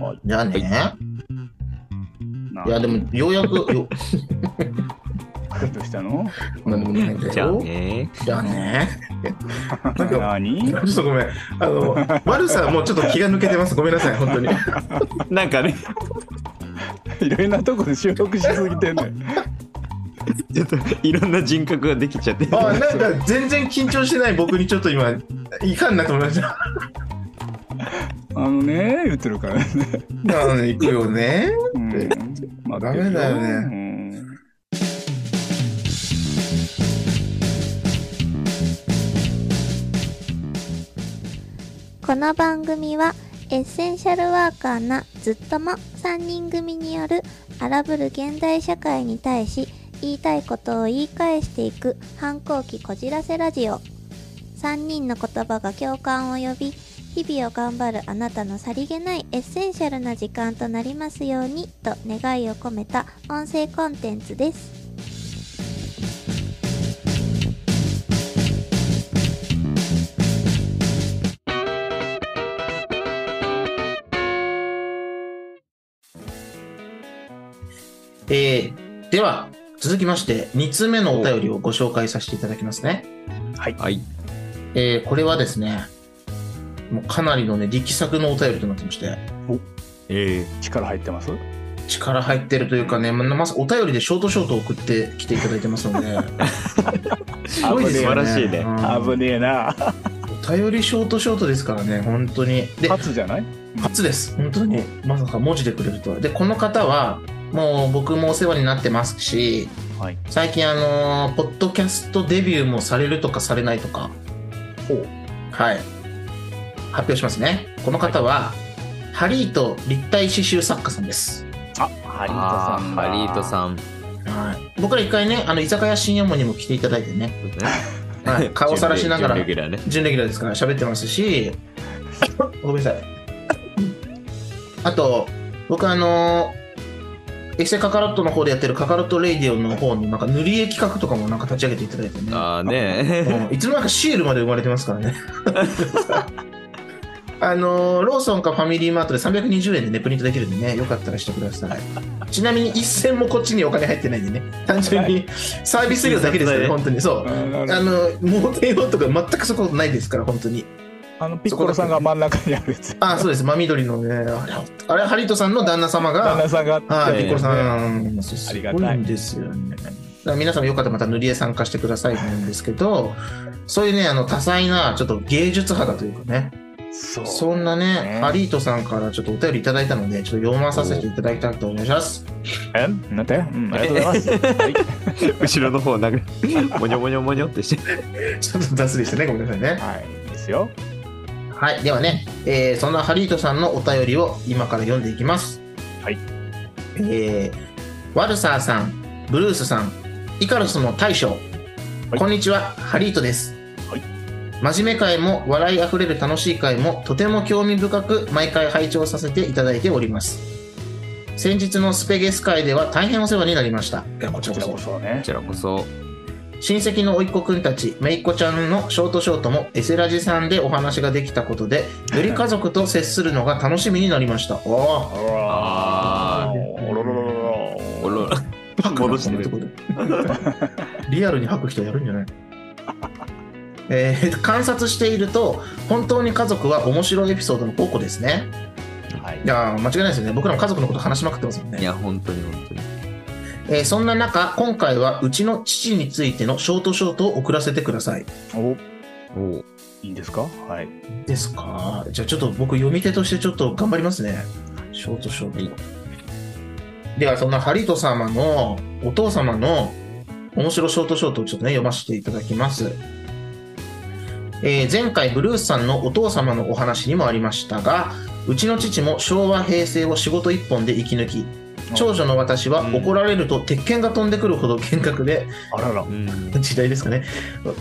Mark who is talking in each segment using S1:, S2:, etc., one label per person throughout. S1: あじゃあね、、
S2: ない
S1: やでもようやくよ
S2: どうしたの
S1: 何でもないんだよ
S3: じゃあね。
S1: じゃあね
S4: なんか
S2: 何
S4: ちょっとごめん。あの、悪さ、もうちょっと気が抜けてます。ごめんなさい、本当に。
S3: なんかね、
S2: いろんなとこで収録しすぎてんのよ。
S3: ちょっといろんな人格ができちゃって。
S4: あ、なんか全然緊張してない僕にちょっと今、いかんなと思いました。
S2: あのね、言ってるからね。
S4: なので行くよね。
S2: うんまあ
S4: ダメだよね
S2: ね。
S5: この番組はエッセンシャルワーカーなずっとも3人組による荒ぶる現代社会に対し言いたいことを言い返していく反抗期こじらせラジオ3人の言葉が共感を呼び日々を頑張るあなたのさりげないエッセンシャルな時間となりますようにと願いを込めた音声コンテンツです
S1: えーでは続きまして2つ目のお便りをご紹介させていただきますね
S3: はい。
S1: えーこれはですねもうかなりのね力作のお便りとなってまして
S3: え
S2: 力入ってます
S1: 力入ってるというかねままずお便りでショートショート送ってきていただいてますの ですごいですよね
S3: 素晴らしいね
S1: うん
S2: 危ねえな。
S1: お便りショートショートですからね本当にで
S2: 初じゃない
S1: 初です本当にまさか文字でくれるとはでこの方はもう僕もお世話になってますし、
S2: はい
S1: 最近あのーポッドキャストデビューもされるとかされないとかはい発表しますねこの方は、ハリート立体刺繍作家さんです、
S2: あ、
S3: ー、
S2: ハリートさんだ。
S3: ハリートさん。
S1: はい、僕ら一回ねあの居酒屋新山にも来ていただいてね、はい、顔さらしながら
S3: 準レギュラーね。
S1: 準レギュラーですから喋ってますしごめんなさいあと僕あのエセカカロットの方でやってるカカロットレイディオの方のなんか塗り絵企画とかもなんか立ち上げていただいてね
S3: あーね。
S1: うんいつの間にかシールまで生まれてますから ねあのローソンかファミリーマートで320円でねプリントできるんでねよかったらしてくださいちなみに一銭もこっちにお金入ってないんでね単純にサービス料だけですからね本当にそう
S2: あなる
S1: あの、モテようとか全くそこないですから、本当に。
S2: あのピッコロさんが真ん中にあるやつ。
S1: あそうです。真緑のね、あれ、あれハリトさんの旦那様
S2: 旦
S1: が、
S2: 那さんが
S1: あ
S3: い
S1: ピッコロさん、
S2: あ
S1: す
S2: りが
S1: ご
S2: た
S1: い
S2: い
S1: んですよね。だから皆さんもよかったらまた塗り絵参加してくださいなんですけど、そういうね、あの、多彩な、ちょっと芸術肌というかね、
S2: そう
S1: そんなね、ハリートさんからちょっとお便りいただいたので、ちょっと読まさせていただきたいと思います。
S2: えなんて、うん、ありがとうございます。はい
S3: 後ろの方なんかもにょもにょもにょってして。
S1: ちょっと雑でしたね、ごめんなさいね。
S2: はい、いいですよ。
S1: はい、ではね、えーそんなハリートさんのお便りを今から読んでいきます。
S2: はい。
S1: えー、ワルサーさん、ブルースさん、イカロスの大将、
S2: い
S1: こんにちは、ハリートです。
S2: はい。
S1: 真面目会も笑いあふれる楽しい会もとても興味深く毎回拝聴させていただいております。先日のスペゲス会では大変お世話になりました。いや、こ
S2: こちらこそ
S3: こ
S2: ね。
S3: ちらこそ。
S1: 親戚の甥っ子くんたち、めいっ子ちゃんのショートショートもエセラジさんでお話ができたことで、より家族と接するのが楽しみになりました。お
S2: あら
S3: あ
S2: ー、おろろろろ
S3: おろ
S1: ー
S3: 戻して
S1: こ
S3: る。
S1: の人リアルに吐く人やるんじゃない えー観察していると、本当に家族は面白いエピソードの宝庫ですね。
S2: はい
S1: い。やー、間違いないですよね。僕らも家族のこと話しまくってますもんね
S3: い。や、本当に本当に。
S1: えーそんな中、今回はうちの父についてのショートショートを送らせてください。
S2: お、
S3: お
S2: いいんですかはい。
S1: ですか。じゃあちょっと僕読み手としてちょっと頑張りますね。ショートショート。ではそんなハリト様のお父様の面白ショートショートをちょっとね読ませていただきます。えー前回ブルースさんのお父様のお話にもありましたが、うちの父も昭和平成を仕事一本で生き抜き、長女の私は
S2: うん
S1: 怒られると鉄拳が飛んでくるほど厳格で、
S2: あらら
S3: う。ん。
S1: 時代ですかね。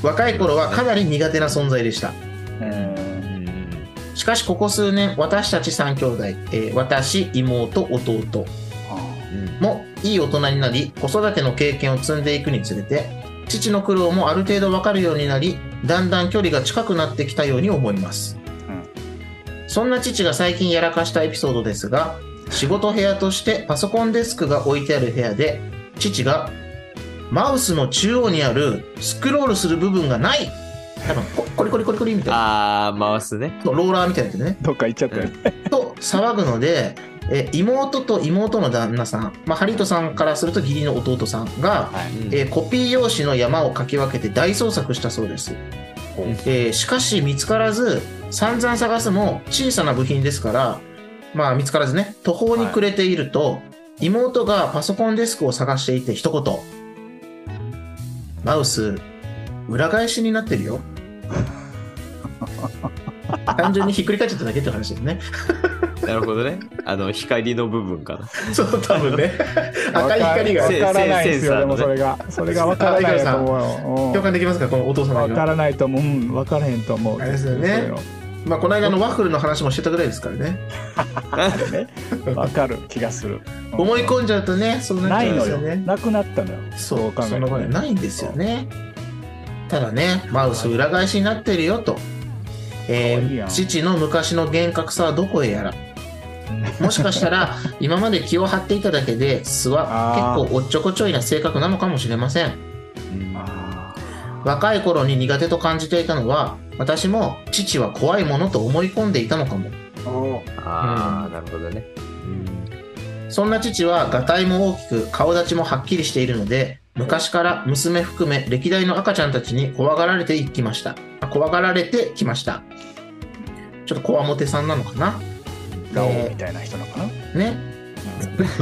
S1: 若い頃はかなり苦手な存在でした。
S2: うん
S1: しかしここ数年私たち3兄弟、えー私妹弟
S2: あ
S1: もいい大人になり子育ての経験を積んでいくにつれて父の苦労もある程度わかるようになりだんだん距離が近くなってきたように思います、
S2: うん
S1: そんな父が最近やらかしたエピソードですが仕事部屋としてパソコンデスクが置いてある部屋で父がマウスの中央にあるスクロールする部分がない多分ココリコリコリコリみたいな
S3: あー、回すね。
S1: ローラーみたいなやつね
S2: どっか行っちゃったよ。
S1: と騒ぐので、えー妹と妹の旦那さん、まあ、ハリトさんからすると義理の弟さんが、
S3: うん
S1: えーコピー用紙の山をかき分けて大捜索したそうです、えーしかし見つからず散々探すも小さな部品ですから、まあ、見つからずね途方に暮れていると、妹がパソコンデスクを探していて一言「マウス裏返しになってるよ」単純にひっくり返っちゃっただけって話ですね
S3: なるほどね。あの、光の部分かな。
S1: そう、多分ね。赤い光が
S2: わ
S3: せ
S2: からないですよ、で
S3: センサーのね
S2: もそれが。それがわからないと思う
S1: 共
S2: よ
S1: 感できますか、このお父
S2: うん。
S1: 様
S2: わか
S1: が。
S2: らないと思う。うん、わからへんと思う。
S1: あれですよねまあ、この間のワッフルの話もしてたぐらいですからね。
S2: そうよわかる気がする。うん
S1: 思い込んじゃうとね、そうなっ
S2: な
S1: ちゃ
S2: い
S1: うんで
S2: の
S1: すよ
S2: よ
S1: ね。。
S2: なくなったのよ。
S1: そ
S2: そう
S1: う、
S2: 考え
S1: そ
S2: る
S1: の
S2: と
S1: 場合
S2: ね
S1: ないんですよね。ただね、マウス裏返しになってるよと。え
S2: かわいい
S1: ー
S2: やん
S1: 父の昔の幻覚さはどこへやら。もしかした ら、今まで気を張っていただけで、素は
S2: あー
S1: 結構おっちょこちょいな性格なのかもしれません。
S2: あ
S1: 若い頃に苦手と感じていたのは、私も父は怖いものと思い込んでいたのかも。
S3: あー、なるほどね。うん
S1: そんな父は、がたいも大きく、顔立ちもはっきりしているので、昔から娘含め歴代の赤ちゃんたちに怖がられていきました。あ怖がられてきました。ちょっとこわもてさんなのかな
S2: ーラオウみたいな人なのかな。
S1: ね。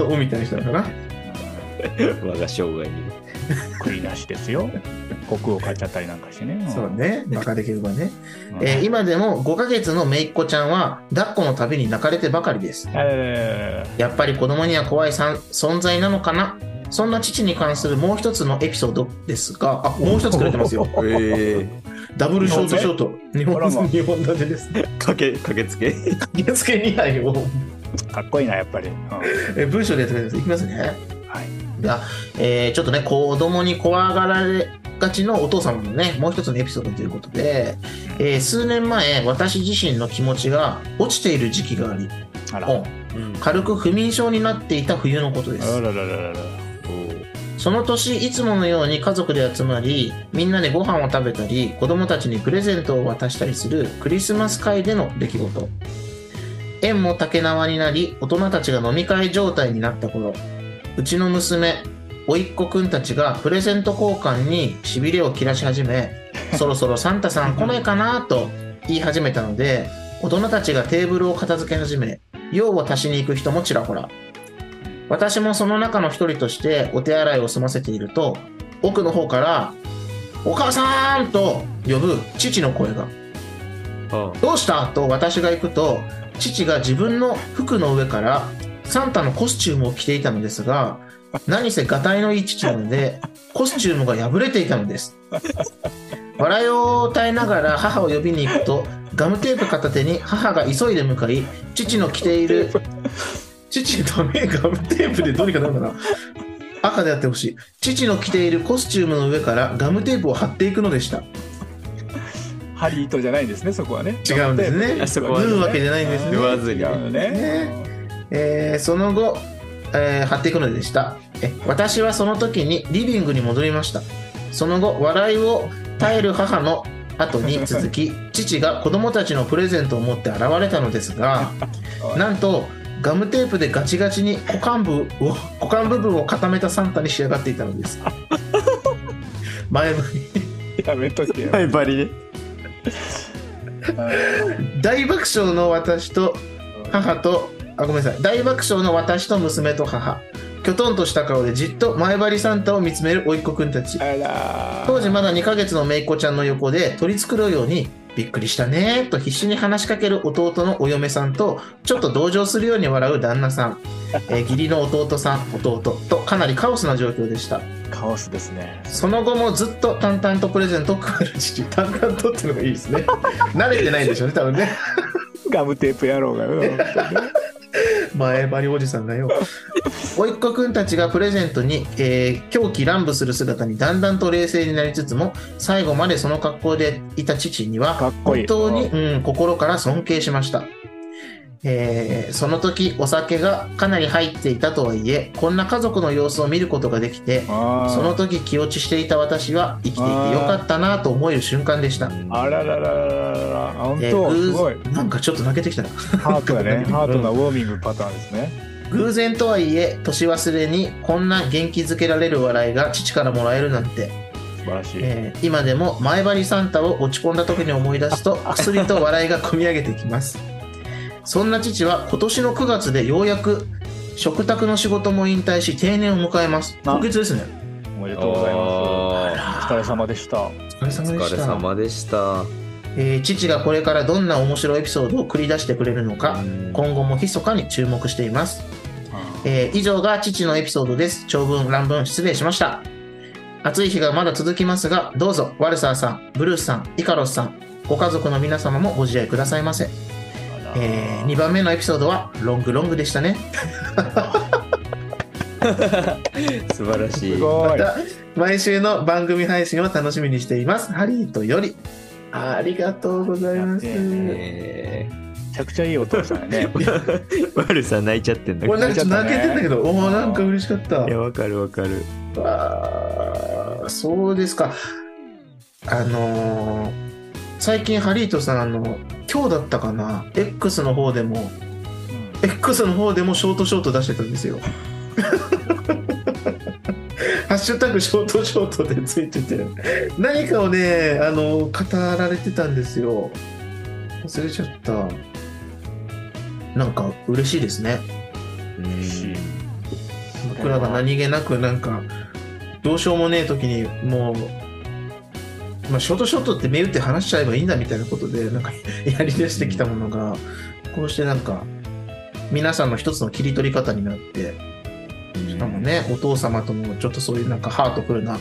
S1: おみたいな人だな。
S3: 我が生涯に。
S2: 栗なしですよ。国を買っちゃったりなんかしてね。ん
S1: そう。ね。バカできればね。
S2: うん
S1: えー今でも5ヶ月のめいっ子ちゃんは、抱っこのたびに泣かれてばかりです。
S2: あれれれれれ
S1: やっぱり子供には怖いさん存在なのかなそんな父に関するもう一つのエピソードですが、あ、もう一つくれてます よ。
S3: ええ
S1: ダブルショートショート。日
S2: 本
S1: 本
S2: ね
S1: 日本立てです。
S3: 駆け、駆けつけ。
S1: 原付2杯を
S2: かっこいいな、やっぱり。うん
S1: え文章でやってください。いきますね。
S2: はい。
S1: では、えーちょっとね、子供に怖がられがちのお父様のね、もう一つのエピソードということで、えー数年前、私自身の気持ちが落ちている時期があり、
S2: あら。
S1: お
S3: うん
S1: 軽く不眠症になっていた冬のことで
S2: あ
S1: す。
S2: らららららら。
S1: その年いつものように家族で集まりみんなでご飯を食べたり子供たちにプレゼントを渡したりするクリスマス会での出来事縁も竹縄になり大人たちが飲み会状態になった頃うちの娘おいっ子くんたちがプレゼント交換にしびれを切らし始めそろそろサンタさん来ないかなと言い始めたので大人たちがテーブルを片付け始め用を足しに行く人もちらほら私もその中の一人としてお手洗いを済ませていると奥の方から「お母さん!」と呼ぶ父の声が
S3: あ
S1: 「どうした?」と私が行くと父が自分の服の上からサンタのコスチュームを着ていたのですが何せがたいのいい父なのでコスチュームが破れていたのです笑いを耐えながら母を呼びに行くとガムテープ片手に母が急いで向かい父の着ている父ダメガムテープでどうにかなるかな赤でやってほしい父の着ているコスチュームの上からガムテープを貼っていくのでした
S2: ハリーとじゃないんですね、そこはね。
S1: 違うんですね
S3: あそこは
S1: 縫
S3: ね
S1: うわけじゃないんですね
S3: 縫わずに
S2: 違うのね。
S1: えーその後、えー貼っていくのでしたえ私はその時にリビングに戻りましたその後笑いを耐える母の後に続き父が子供たちのプレゼントを持って現れたのですがなんとガムテープでガチガチに股間部を股間部分を固めたサンタに仕上がっていたのです前歯に
S2: やめと けよ。
S3: はい、バリね。
S1: 大爆笑の私と母とあごめんなさい大爆笑の私と娘と母きょとんとした顔でじっと前張りサンタを見つめる甥っ子くんたち
S2: あら
S1: 当時まだ2ヶ月のめいっ子ちゃんの横で取り繕うように「びっくりしたね」と必死に話しかける弟のお嫁さんとちょっと同情するように笑う旦那さん、えー義理の弟さん弟とかなりカオスな状況でした
S2: カオスですね。
S1: その後もずっと淡々とプレゼントを配る父淡々とっていうのがいいですね慣れてないんでしょうね多分ね
S2: ガムテープ野郎がよ。
S1: 前張りおじさんがよ甥っ子くんたちがプレゼントに、えー狂気乱舞する姿にだんだんと冷静になりつつも最後までその格好でいた父には
S2: かっこいい
S1: 本当に、うん、心から尊敬しました、えーその時お酒がかなり入っていたとはいえこんな家族の様子を見ることができて
S2: あ
S1: その時気落ちしていた私は生きていてよかったなと思える瞬間でした、
S2: ああららららららら本
S1: え
S2: 当
S1: ー
S2: すごい
S1: 偶なんかちょっと泣けてきたな
S2: ハート だねハートなウォーミングパターンですね
S1: 偶然とはいえ年忘れにこんな元気づけられる笑いが父からもらえるなんて、
S2: 素晴らしい、
S1: えー今でも前張りサンタを落ち込んだ時に思い出すと薬と笑いが込み上げてきますそんな父は今年の9月でようやく食卓の仕事も引退し定年を迎えます
S2: あ
S1: 今月ですね
S2: おめでとうございま
S3: あー
S2: すお疲れ様でした
S1: お疲れ様
S3: お疲れ様でした。
S1: えー父がこれからどんな面白いエピソードを繰り出してくれるのか今後も密かに注目していますえー以上が父のエピソードです。長文、乱文、失礼しました。暑い日がまだ続きますが、どうぞ、ワルサーさん、ブルースさん、イカロスさん、ご家族の皆様もご自愛くださいませ。え2番目のエピソードは、ロングロングでしたね。
S3: 素晴らし
S2: す
S3: い。
S2: ご
S1: ま
S2: い
S1: た、毎週の番組配信を楽しみにしています。ハリーとより。ありがとうございます。
S2: やってん
S3: え
S2: めちゃくちゃいいお父さんや ね
S3: ー、ワルさん泣いちゃってんだけ
S1: 俺
S3: ど。
S1: なんかちょっと泣けてんだけど、おおなんか嬉しかった
S3: いや、。わかるわかる。
S1: あーそうですか。あのー最近ハリートさん、あの、今日だったかな、X の方でも、X の方でもショートショート出してたんですよ。 ハッシュタグショートショートでついてて、何かをね、あの、語られてたんですよ。忘れちゃった。なんか嬉しいですね。
S3: うん
S2: しい
S1: 僕らが何気なくなんかどうしようもねえ時にもう、まあ、ショートショートって目打って話しちゃえばいいんだみたいなことでなんかやり出してきたものがこうしてなんか皆さんの一つの切り取り方になってしかもねお父様ともちょっとそういうなんかハートフルな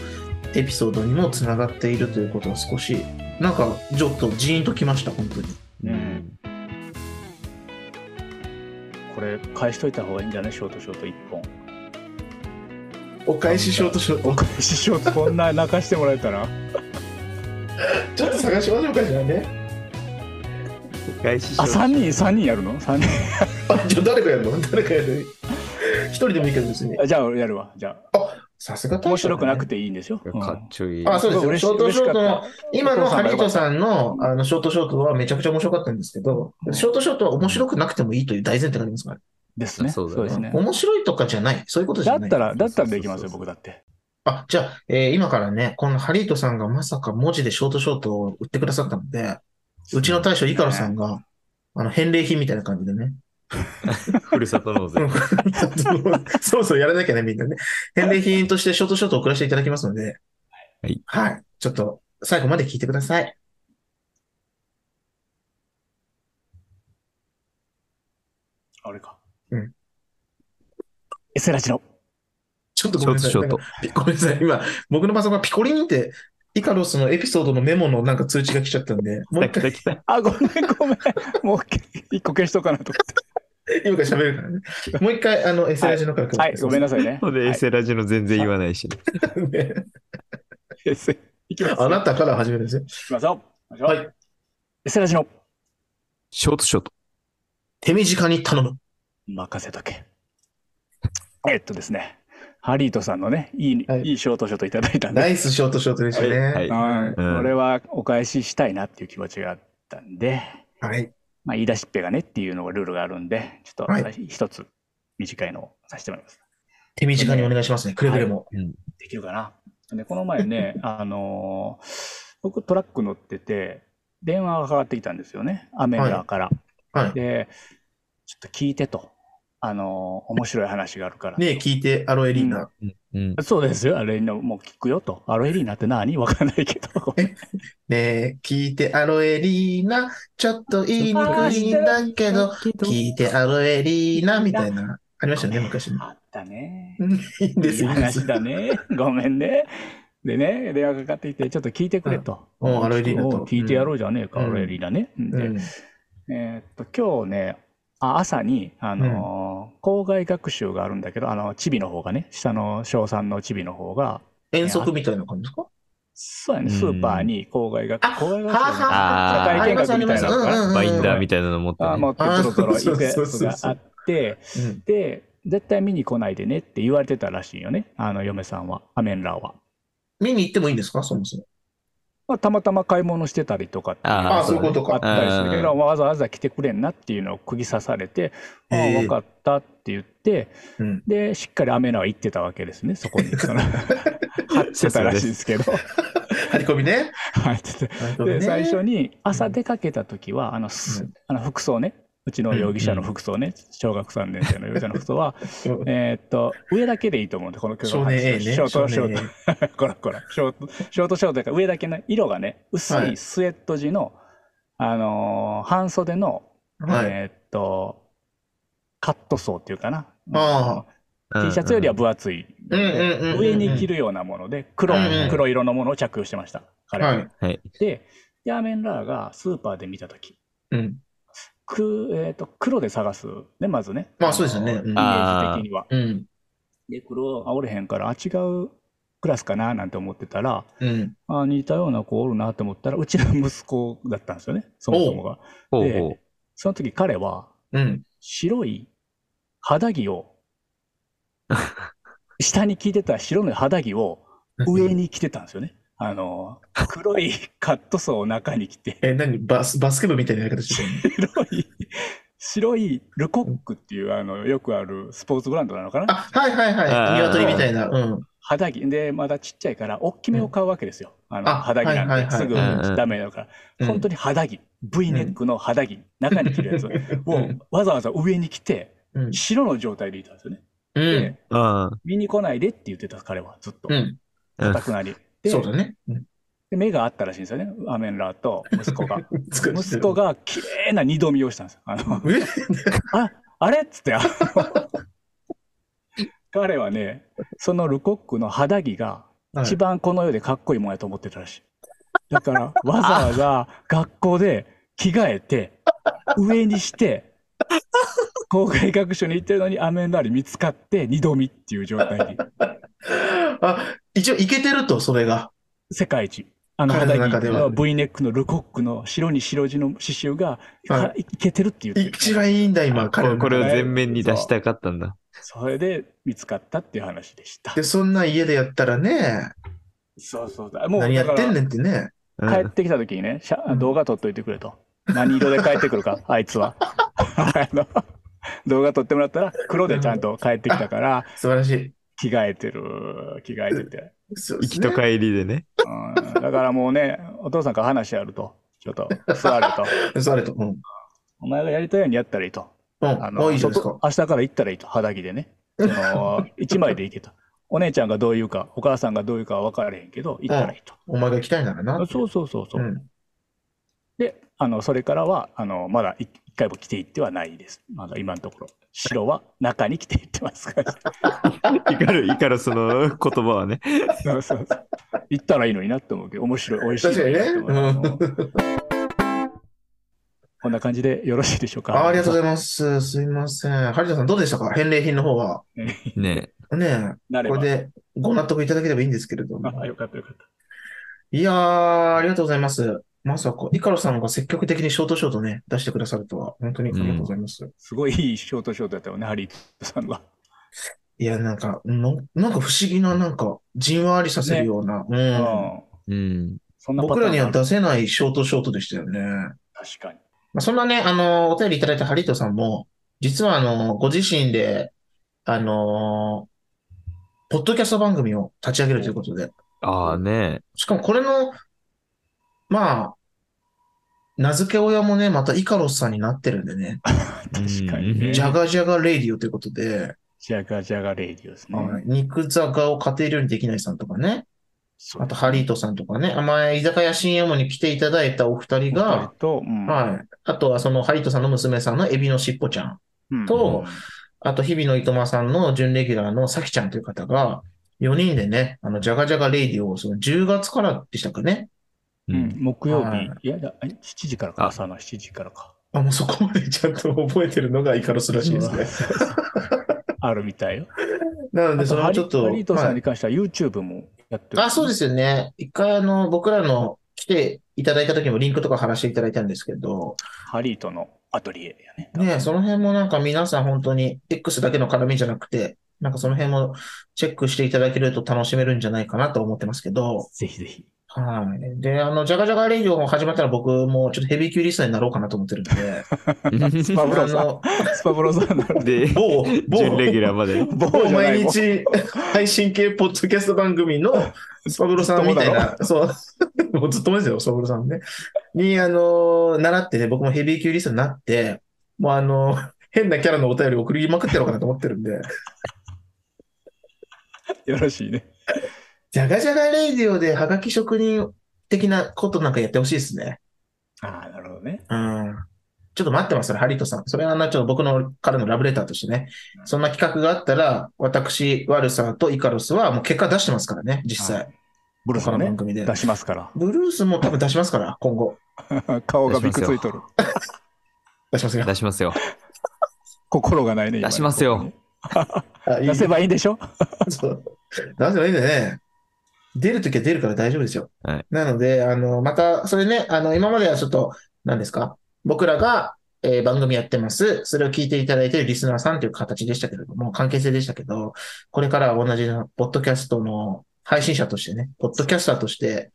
S1: エピソードにもつながっているということは少しなんかちょっとジーンときました本当に。
S3: うん
S2: これ返しといた方がいいんじゃないショートショート1本
S1: お返しショートショー
S2: お
S1: ト
S2: 返ししようとこんな泣かしてもらえたら
S1: ちょっと探しましょうかじゃあね
S3: お返しし
S2: あ
S3: よう
S2: 3人3人やるの三 人
S1: あじゃあ誰かやるの誰かやる一人でもいいけど別に
S2: あじゃあやるわじゃあ
S1: さすが大
S2: 面
S1: 将だ
S2: 白
S1: ね
S2: くなくていいんでしょ、うん
S3: かっちょいい。
S1: あ、そうです
S2: ごい
S1: よ。ショート
S2: 嬉
S1: シ
S2: し
S1: ョー
S2: か
S1: トの
S2: っ、
S1: 今のハリトさん
S2: お父さん
S1: の
S2: が
S1: あのショートショートはめちゃくちゃ面白かったんですけど、ショートショートは面白くなくてもいいという大前提がありますから、
S2: ですね
S3: あそ
S2: そう
S3: だね
S2: うですね
S1: 面白いとかじゃない、そういうことじ
S2: だ
S1: ゃ
S2: っ
S1: ない。
S2: たらだったら
S3: そうそうそうそ
S2: で
S3: う
S2: きますよ僕だって
S1: あ、じゃあ、えー今からね、このハリートさんがまさか文字でショートショートを売ってくださったので、うちの大将イカロさんが、あの、返礼品みたいな感じでね。
S3: ふるさと納税。
S1: うん そうそう、やらなきゃね、みんなね。返礼品としてショートショートを送らせていただきますので、
S3: はい。
S1: はい。ちょっと、最後まで聞いてください。
S2: あれか
S1: うん
S2: エセラジの
S1: ちょっとごめんなさい。
S3: ショートショート
S1: なん かごめんなさい。今、僕のパソコンがピコリンって、イカロスのエピソードのメモのなんか通知が来ちゃったんで、もう一
S3: 来
S1: 回、
S3: た来た。
S2: あごめんごめんもう一個消しとかなと思っ
S1: 今から喋るからね。もう一回、あの、エセラジのから
S2: てはいごめんなさいね
S3: ほんで、エセラジの全然言わないしね。
S1: さい。
S2: エセいきます
S1: あなたから始めるんですよ。
S2: いきますよ
S1: は
S2: はいいエセラジの
S3: ショートショート。
S1: 手短に頼む。
S2: 任せとけ。えっとですね、ハリートさんのね、いい、
S1: はい
S2: い、いショートショートいただいたんで、
S1: ナイスショートショートでした
S3: は
S1: ね。
S3: い。
S2: はい
S3: うん
S2: これはお返ししたいなっていう気持ちがあったんで、
S1: はい。
S2: まあ、言い出しっぺがねっていうのがルールがあるんで、ちょっと
S1: はい
S2: 私一つ短いのをさせてもらいます。
S1: 手短にお願いしますね。くれぐれも。
S2: できるかな。で、この前 ね、あのー僕トラック乗ってて、電話がかかってきたんですよね、アメンダーから。
S1: はいはい
S2: で、ちょっと聞いてと、あのー面白い話があるから。
S1: ねえ、聞いて、アロエリーナ。
S3: うん。
S2: そうですよ、アレリーナ、もう聞くよと。アロエリーナって何わかんないけど。
S1: ねえ、聞いて、アロエリーナ。ちょっと言いにくいんだけど、聞いて、アロエリーナ。みたいな。ありましたよね、昔ね。
S2: あったね。
S1: いいんです
S2: いい
S1: よ。いいんです
S2: 話だね。ごめんね。でね、電話かかってきて、ちょっと聞いてくれと。
S1: うんおうアロエリーナと
S2: おう聞いてやろうじゃねえか、
S1: うん
S2: アロエリーナね。
S1: う
S2: で
S1: ん
S2: えーっと、今日ね、あ朝に、あのー校外学習があるんだけど、あの、チビの方がね、下の小3のチビの方が、
S1: 遠足みたいな感じですか
S2: そうやね、
S3: うん
S2: スーパーに校外学、
S1: あ
S2: 校外学習
S1: はあはあ
S2: の社
S1: はあ。あり
S2: 会見
S1: ますあ
S2: 学
S1: りま
S2: みたい
S1: す。うんう
S2: なのかな
S1: んうん
S3: バインダーみたいなの持って、
S2: あ
S3: ね
S2: もう、ちょろちょろ行くや
S1: あーそうそう
S2: つ
S1: そう
S2: が
S1: そ
S2: あ
S1: う
S2: って、
S1: うん
S2: で、絶対見に来ないでねって言われてたらしいよね、あの、嫁さんは、アメンラーは。
S1: 見に行ってもいいんですかそもそも。
S2: まあ、たまたま買い物してたりとかっていうの
S3: あ
S1: あ
S3: ー
S1: あ、そういうこと
S2: あっ
S1: か。
S2: たりするけど、わざわざ来てくれんなっていうのを釘刺されて、ああ、
S1: へえ
S2: 分かったって言って、
S1: うん
S2: で、しっかり雨のは行ってたわけですね、そこ に。その張ってたらしいですけど。
S1: 張り込みね。
S2: 張ってて
S1: 張り込み
S2: で、
S1: ね
S2: 最初に朝出かけた時は、あの、す
S1: うん
S2: あの服装ね、うちの容疑者の服装ね、小学3年生の容疑者の服装は、
S1: うん
S2: えーっと、上だけでいいと思うんで、この曲
S1: 少年 A ね
S2: ショート、ショ
S1: 少
S2: ー
S1: 年
S2: ト、こらこら、ショート、ショートショートだから上だけの色がね、薄
S1: はいい
S2: スウェット地の、あのー半袖の、
S1: はい。
S2: えーっと、カットソーっていうかな。
S1: あ
S2: T シャツよりは分厚いので、
S1: うんうんうんうん
S2: 上に着るようなもので、黒、
S1: うんうん
S2: 黒色のものを着用してました。彼は。
S1: はい。
S3: はい。
S2: で、ヤーメンラーがスーパーで見たとき、
S1: うん。
S2: くえーっと黒で探すね、まずね。
S1: まあそうですよね
S2: あの
S1: うん
S2: イメージ的には。
S1: うん。
S2: で、黒煽れへんから、あ、違うクラスかななんて思ってたら、
S1: うん。
S2: あ、似たような子おるなと思ったら、うちの息子だったんですよね、そもそもが。
S3: ほう
S2: で
S3: ほう。
S2: その時彼は、
S1: うん。
S2: 白い肌着を、 下に着てた白の肌着を上に着てたんですよね。あの、黒いカットソーを中に着て、
S1: え、何バス、バスケ部みたいなやり方してる
S2: 白い、白いルコックっていう、あの、よくあるスポーツブランドなのかな
S1: あ、はいはい
S3: あ
S1: は
S3: ー
S1: い。鶏みたいな。うん。
S2: 肌着。で、まだちっちゃいから、大きめを買うわけですよ。あの、
S1: あ
S2: 肌着
S1: は
S2: ないん
S1: は
S2: て、す
S1: い
S2: ぐ
S3: はい
S2: ダメだから。
S1: うん
S2: 本当に肌着。V ネックの肌着。中に着るやつを
S1: うん
S2: わざわざ上に着て、
S1: うん。
S2: 白の状態でいたんですよね。
S1: うん
S2: で。
S3: あ
S2: 見に来ないでって言ってた彼は、ずっと。
S1: うん。
S3: あ。
S2: たくなり。で
S1: そうだね。うん
S2: で目があったらしいんですよね、アメンラーと息 子が。
S1: 作る
S2: 息子が綺麗な二度見をしたんですよ。あの
S1: え
S2: ああれっつって、あの彼はね、そのルコックの肌着が
S1: はい
S2: 一番この世でかっこいいもんやと思ってたらしい。だから、わざわざ学校で着替えて、上にして、公開学習に行ってるのにアメンラーに見つかって二度見っていう状態に。
S1: あ、一応いけてると、それが。
S2: 世界一。あの肌
S1: 体
S2: 着
S1: の中では
S2: の V ネックのルコックの白に白地の刺繍が、
S1: は
S2: はい、けてるって言ってる
S1: 一番いいんだ、今、彼
S3: こ
S1: の
S3: こ
S1: 中
S3: れ
S1: で
S3: を全面に出したかったんだ。
S2: それで見つかったっていう話でした
S1: で、。そんなん家でやったらね、
S2: そうそうだ。もう
S1: 何や
S2: だ
S1: っ
S2: か
S1: てん
S2: ら
S1: ねんってね。
S3: う
S2: 帰っ
S3: ん
S2: てきた時にね、写動画撮っといてくれと。何色で帰ってくる か、あいつは。 あの動画撮ってもらったら、黒でちゃんと帰ってきたから、
S1: 素晴らしい。
S2: 着替えてる、着替えてて。
S1: そうで
S3: 行
S1: す
S3: き
S1: ね
S3: と帰りでね。
S2: うん、だからもうね、お父さんから話あると。ちょっと座れと。
S1: そうあれと。うん。うん。
S2: お前がやりたいようにやったらいいと。あの
S1: あ、いいじゃないですか。
S2: 外明日から行ったらいいと、肌着でね。その一枚で行けと。お姉ちゃんがどう言うか、お母さんがどう言うかは分からへんけど、行ったらいいと。
S1: お前が行きたいならな。
S2: そうそうそうそう。
S1: うん
S2: で、あの、それからは、あの、まだ一一回も着ていってはないです。まだ今のところ。白は中に着ていってますから。
S3: イカル、イカルその言葉はね。
S2: そうそうそう。行ったらいいのになって思うけど、面白い、美味しい
S1: 確かにね
S2: のになって思う。こんな感じでよろしいでしょうか。
S1: あありがとうご
S2: い
S1: ざいます。すいません。ハリトさん、どうでしたか返礼品の方は。
S3: ね
S1: ね
S2: ます。な
S1: え、
S2: れ
S1: こ
S2: ば
S1: れ。でご納得いただければいいんですけれども。
S2: あ、よかったよかった。
S1: いやー、ありがとうございます。まさか、イカロさんが積極的にショートショートね、出してくださるとは、本当にありがとうございます。
S2: すごいいいショートショートだったよね、ハリーさんが。
S1: いや、なんか、のなんか不思議な、なんか、じんわりさせるような、
S2: う
S1: うん。
S2: ん。
S3: うん。
S2: そんなパ
S1: 僕
S2: ター
S1: ら
S2: ン
S1: に
S2: あ
S1: は
S2: る
S1: 出せないショートショートでしたよね。
S2: 確かに。
S1: まあ、そんなね、あの、お便りいただいたハリートさんも、実はあの、ご自身で、あの、ポッドキャスト番組を立ち上げるということで、
S3: ああね
S1: しかもこれの、まあ、名付け親もね、またイカロスさんになってるんでね、
S2: 確かに
S3: う
S2: ね。
S3: ん
S1: ジャガジャガレイディオということで、
S2: ジャガジャガレディオですね。
S1: はい肉座がを家庭料理できないさんとかね、
S2: そう
S1: あとハリートさんとかね、あ前、居酒屋新山に来ていただいたお二人
S2: お二
S1: が
S2: 人、と、うん
S1: はい。あとはそのハリートさんの娘さんのエビのしっぽちゃん。
S2: うん
S1: と
S2: うん
S1: あと、日々のいとまさんの準レギュラーのさきちゃんという方が、4人でね、あの、ジャガジャガレイディオをその10月からでしたかね。
S3: う
S2: うん
S3: ん。
S2: 木曜
S1: は
S2: 日
S1: い、
S2: いや、だえ7時からか、
S3: あ
S2: 朝の7時からか。
S1: あ、もうそこまでちゃんと覚えてるのがイカロスらしいですね。
S2: あるみたいよ。
S1: なの
S2: あ
S1: で、それ
S2: とハ
S1: も
S2: リ
S1: ちょっと。
S2: ハリートさん
S1: は
S2: に
S1: い
S2: 関しては YouTube もやってる。。
S1: あ、そうですすよね。一回、あの、僕らの来ていただいた時もリンクとか貼らせていただいたんですけど、
S2: ハリートのアトリエやね。
S1: ね、その辺もなんか皆さん本当に X だけの絡みじゃなくて、なんかその辺もチェックしていただけると楽しめるんじゃないかなと思ってますけど、
S2: ぜひぜひ。
S1: はい。で、あの、ジャガジャガレイジオも始まったら僕もちょっとヘビー級リスナーになろうかなと思ってるんで、
S2: スパブロ
S1: あ
S2: さん。
S1: の、
S2: スパブロさんなら。
S3: で、
S1: 某、
S3: 準
S1: 某、
S3: レギュラー まで。
S2: 某
S1: 某
S2: じゃな
S1: 毎
S2: いもん
S1: 日配信系ポッドキャスト番組のスパブロさんみたいな、そう、 もうずっと前ですよ、スパブロさんね。に、あの、習ってね、僕もヘビー級リストになって、もうあの、変なキャラのお便り送りまくってやろうかなと思ってるんで、
S2: よろしいね。
S1: じゃがじゃがレイディオでハガキ職人的なことなんかやってほしいですね。
S2: ああ、なるほどね。
S1: うん。ちょっと待ってます、それ、ハリトさん。それはな、ちょっと僕のからのラブレターとしてね。そんな企画があったら、私、ワルサーとイカロスはもう結果出してますからね、実際。
S2: はブルー
S1: 他の
S2: さん
S1: 番
S2: ね。
S1: 組で。
S2: 出しますから。
S1: ブルースも多分出しますから、今後。
S2: 顔がびくついとる。
S1: 出しますよ。
S3: 出しますよ。
S2: 心がないね。今ね
S3: 出しますよ。
S1: あ、いい
S2: 出せばいいんでしょ
S1: そう出せばいいんだね。出るときは出るから大丈夫ですよ。
S3: はい
S1: なので、あの、また、それね、あの、今まではちょっと、何ですか僕らが、えー番組やってます。それを聞いていただいているリスナーさんという形でしたけれども、関係性でしたけど、これからは同じの、ポッドキャストの配信者としてね、ポッドキャスターとして、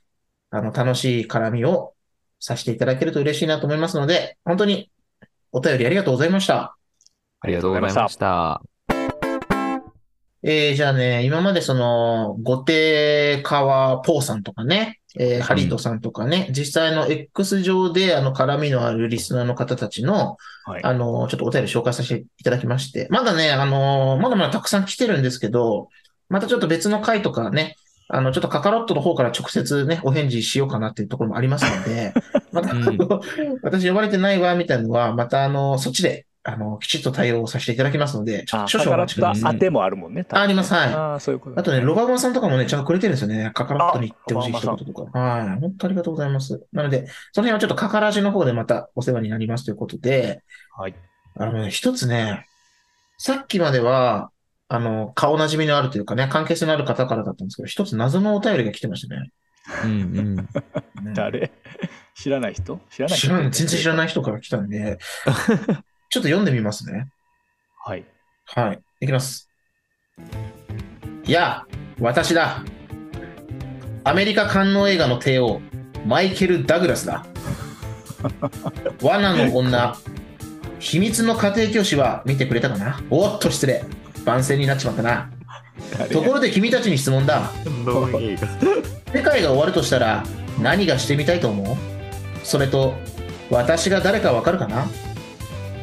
S1: あの、楽しい絡みをさせていただけると嬉しいなと思いますので、本当にお便りありがとうございました。
S3: ありがとうございました。
S1: えー、じゃあね、今までその、後手川ポーさんとかね、えー、ハリートさんとかね、実際の X 上で、あの、絡みのあるリスナーの方たちの、
S2: はい。
S1: あの、ちょっとお便り紹介させていただきまして、まだね、あの、まだまだたくさん来てるんですけど、またちょっと別の回とかね、あの、ちょっとカカロットの方から直接ね、お返事しようかなっていうところもありますので、また、あの
S3: うん
S1: 私呼ばれてないわ、みたいなのは、また、あの、そっちで、あの、きちっと対応させていただきますので、ちょっ
S2: あ
S1: と
S2: あ、
S1: 少々お
S2: だから
S1: 待ちください。
S2: 当てもあるもんね。
S1: ああります、はい。
S2: ああ、そういうこと
S1: あとね、ロバーマンさんとかもね、ちゃんとくれてるんですよね。カカロットに行ってほしい
S2: あ
S1: 一言とか。はい。本当ありがとうございます。なので、その辺はちょっとカカラジの方でまたお世話になりますということで、
S2: はい。
S1: あのね、一つね、さっきまでは、あの、顔なじみのあるというかね、関係性のある方からだったんですけど、一つ謎のお便りが来てましたね。
S3: うんうん。
S1: うん
S2: 誰 知らない人知らない人
S1: 知らん、全然知らない人から来たんで、 ちょっと読んでみますね。
S2: はい。
S1: はい。いきます。やあ、私だ。アメリカ官能映画の帝王、マイケル・ダグラスだ。罠の女、秘密の家庭教師は見てくれたかなおっと失礼。番宣になっちまったな。
S2: 誰
S1: ところで君たちに質問だ。
S3: どういいか。
S1: 世界が終わるとしたら何がしてみたいと思うそれと私が誰かわかるかな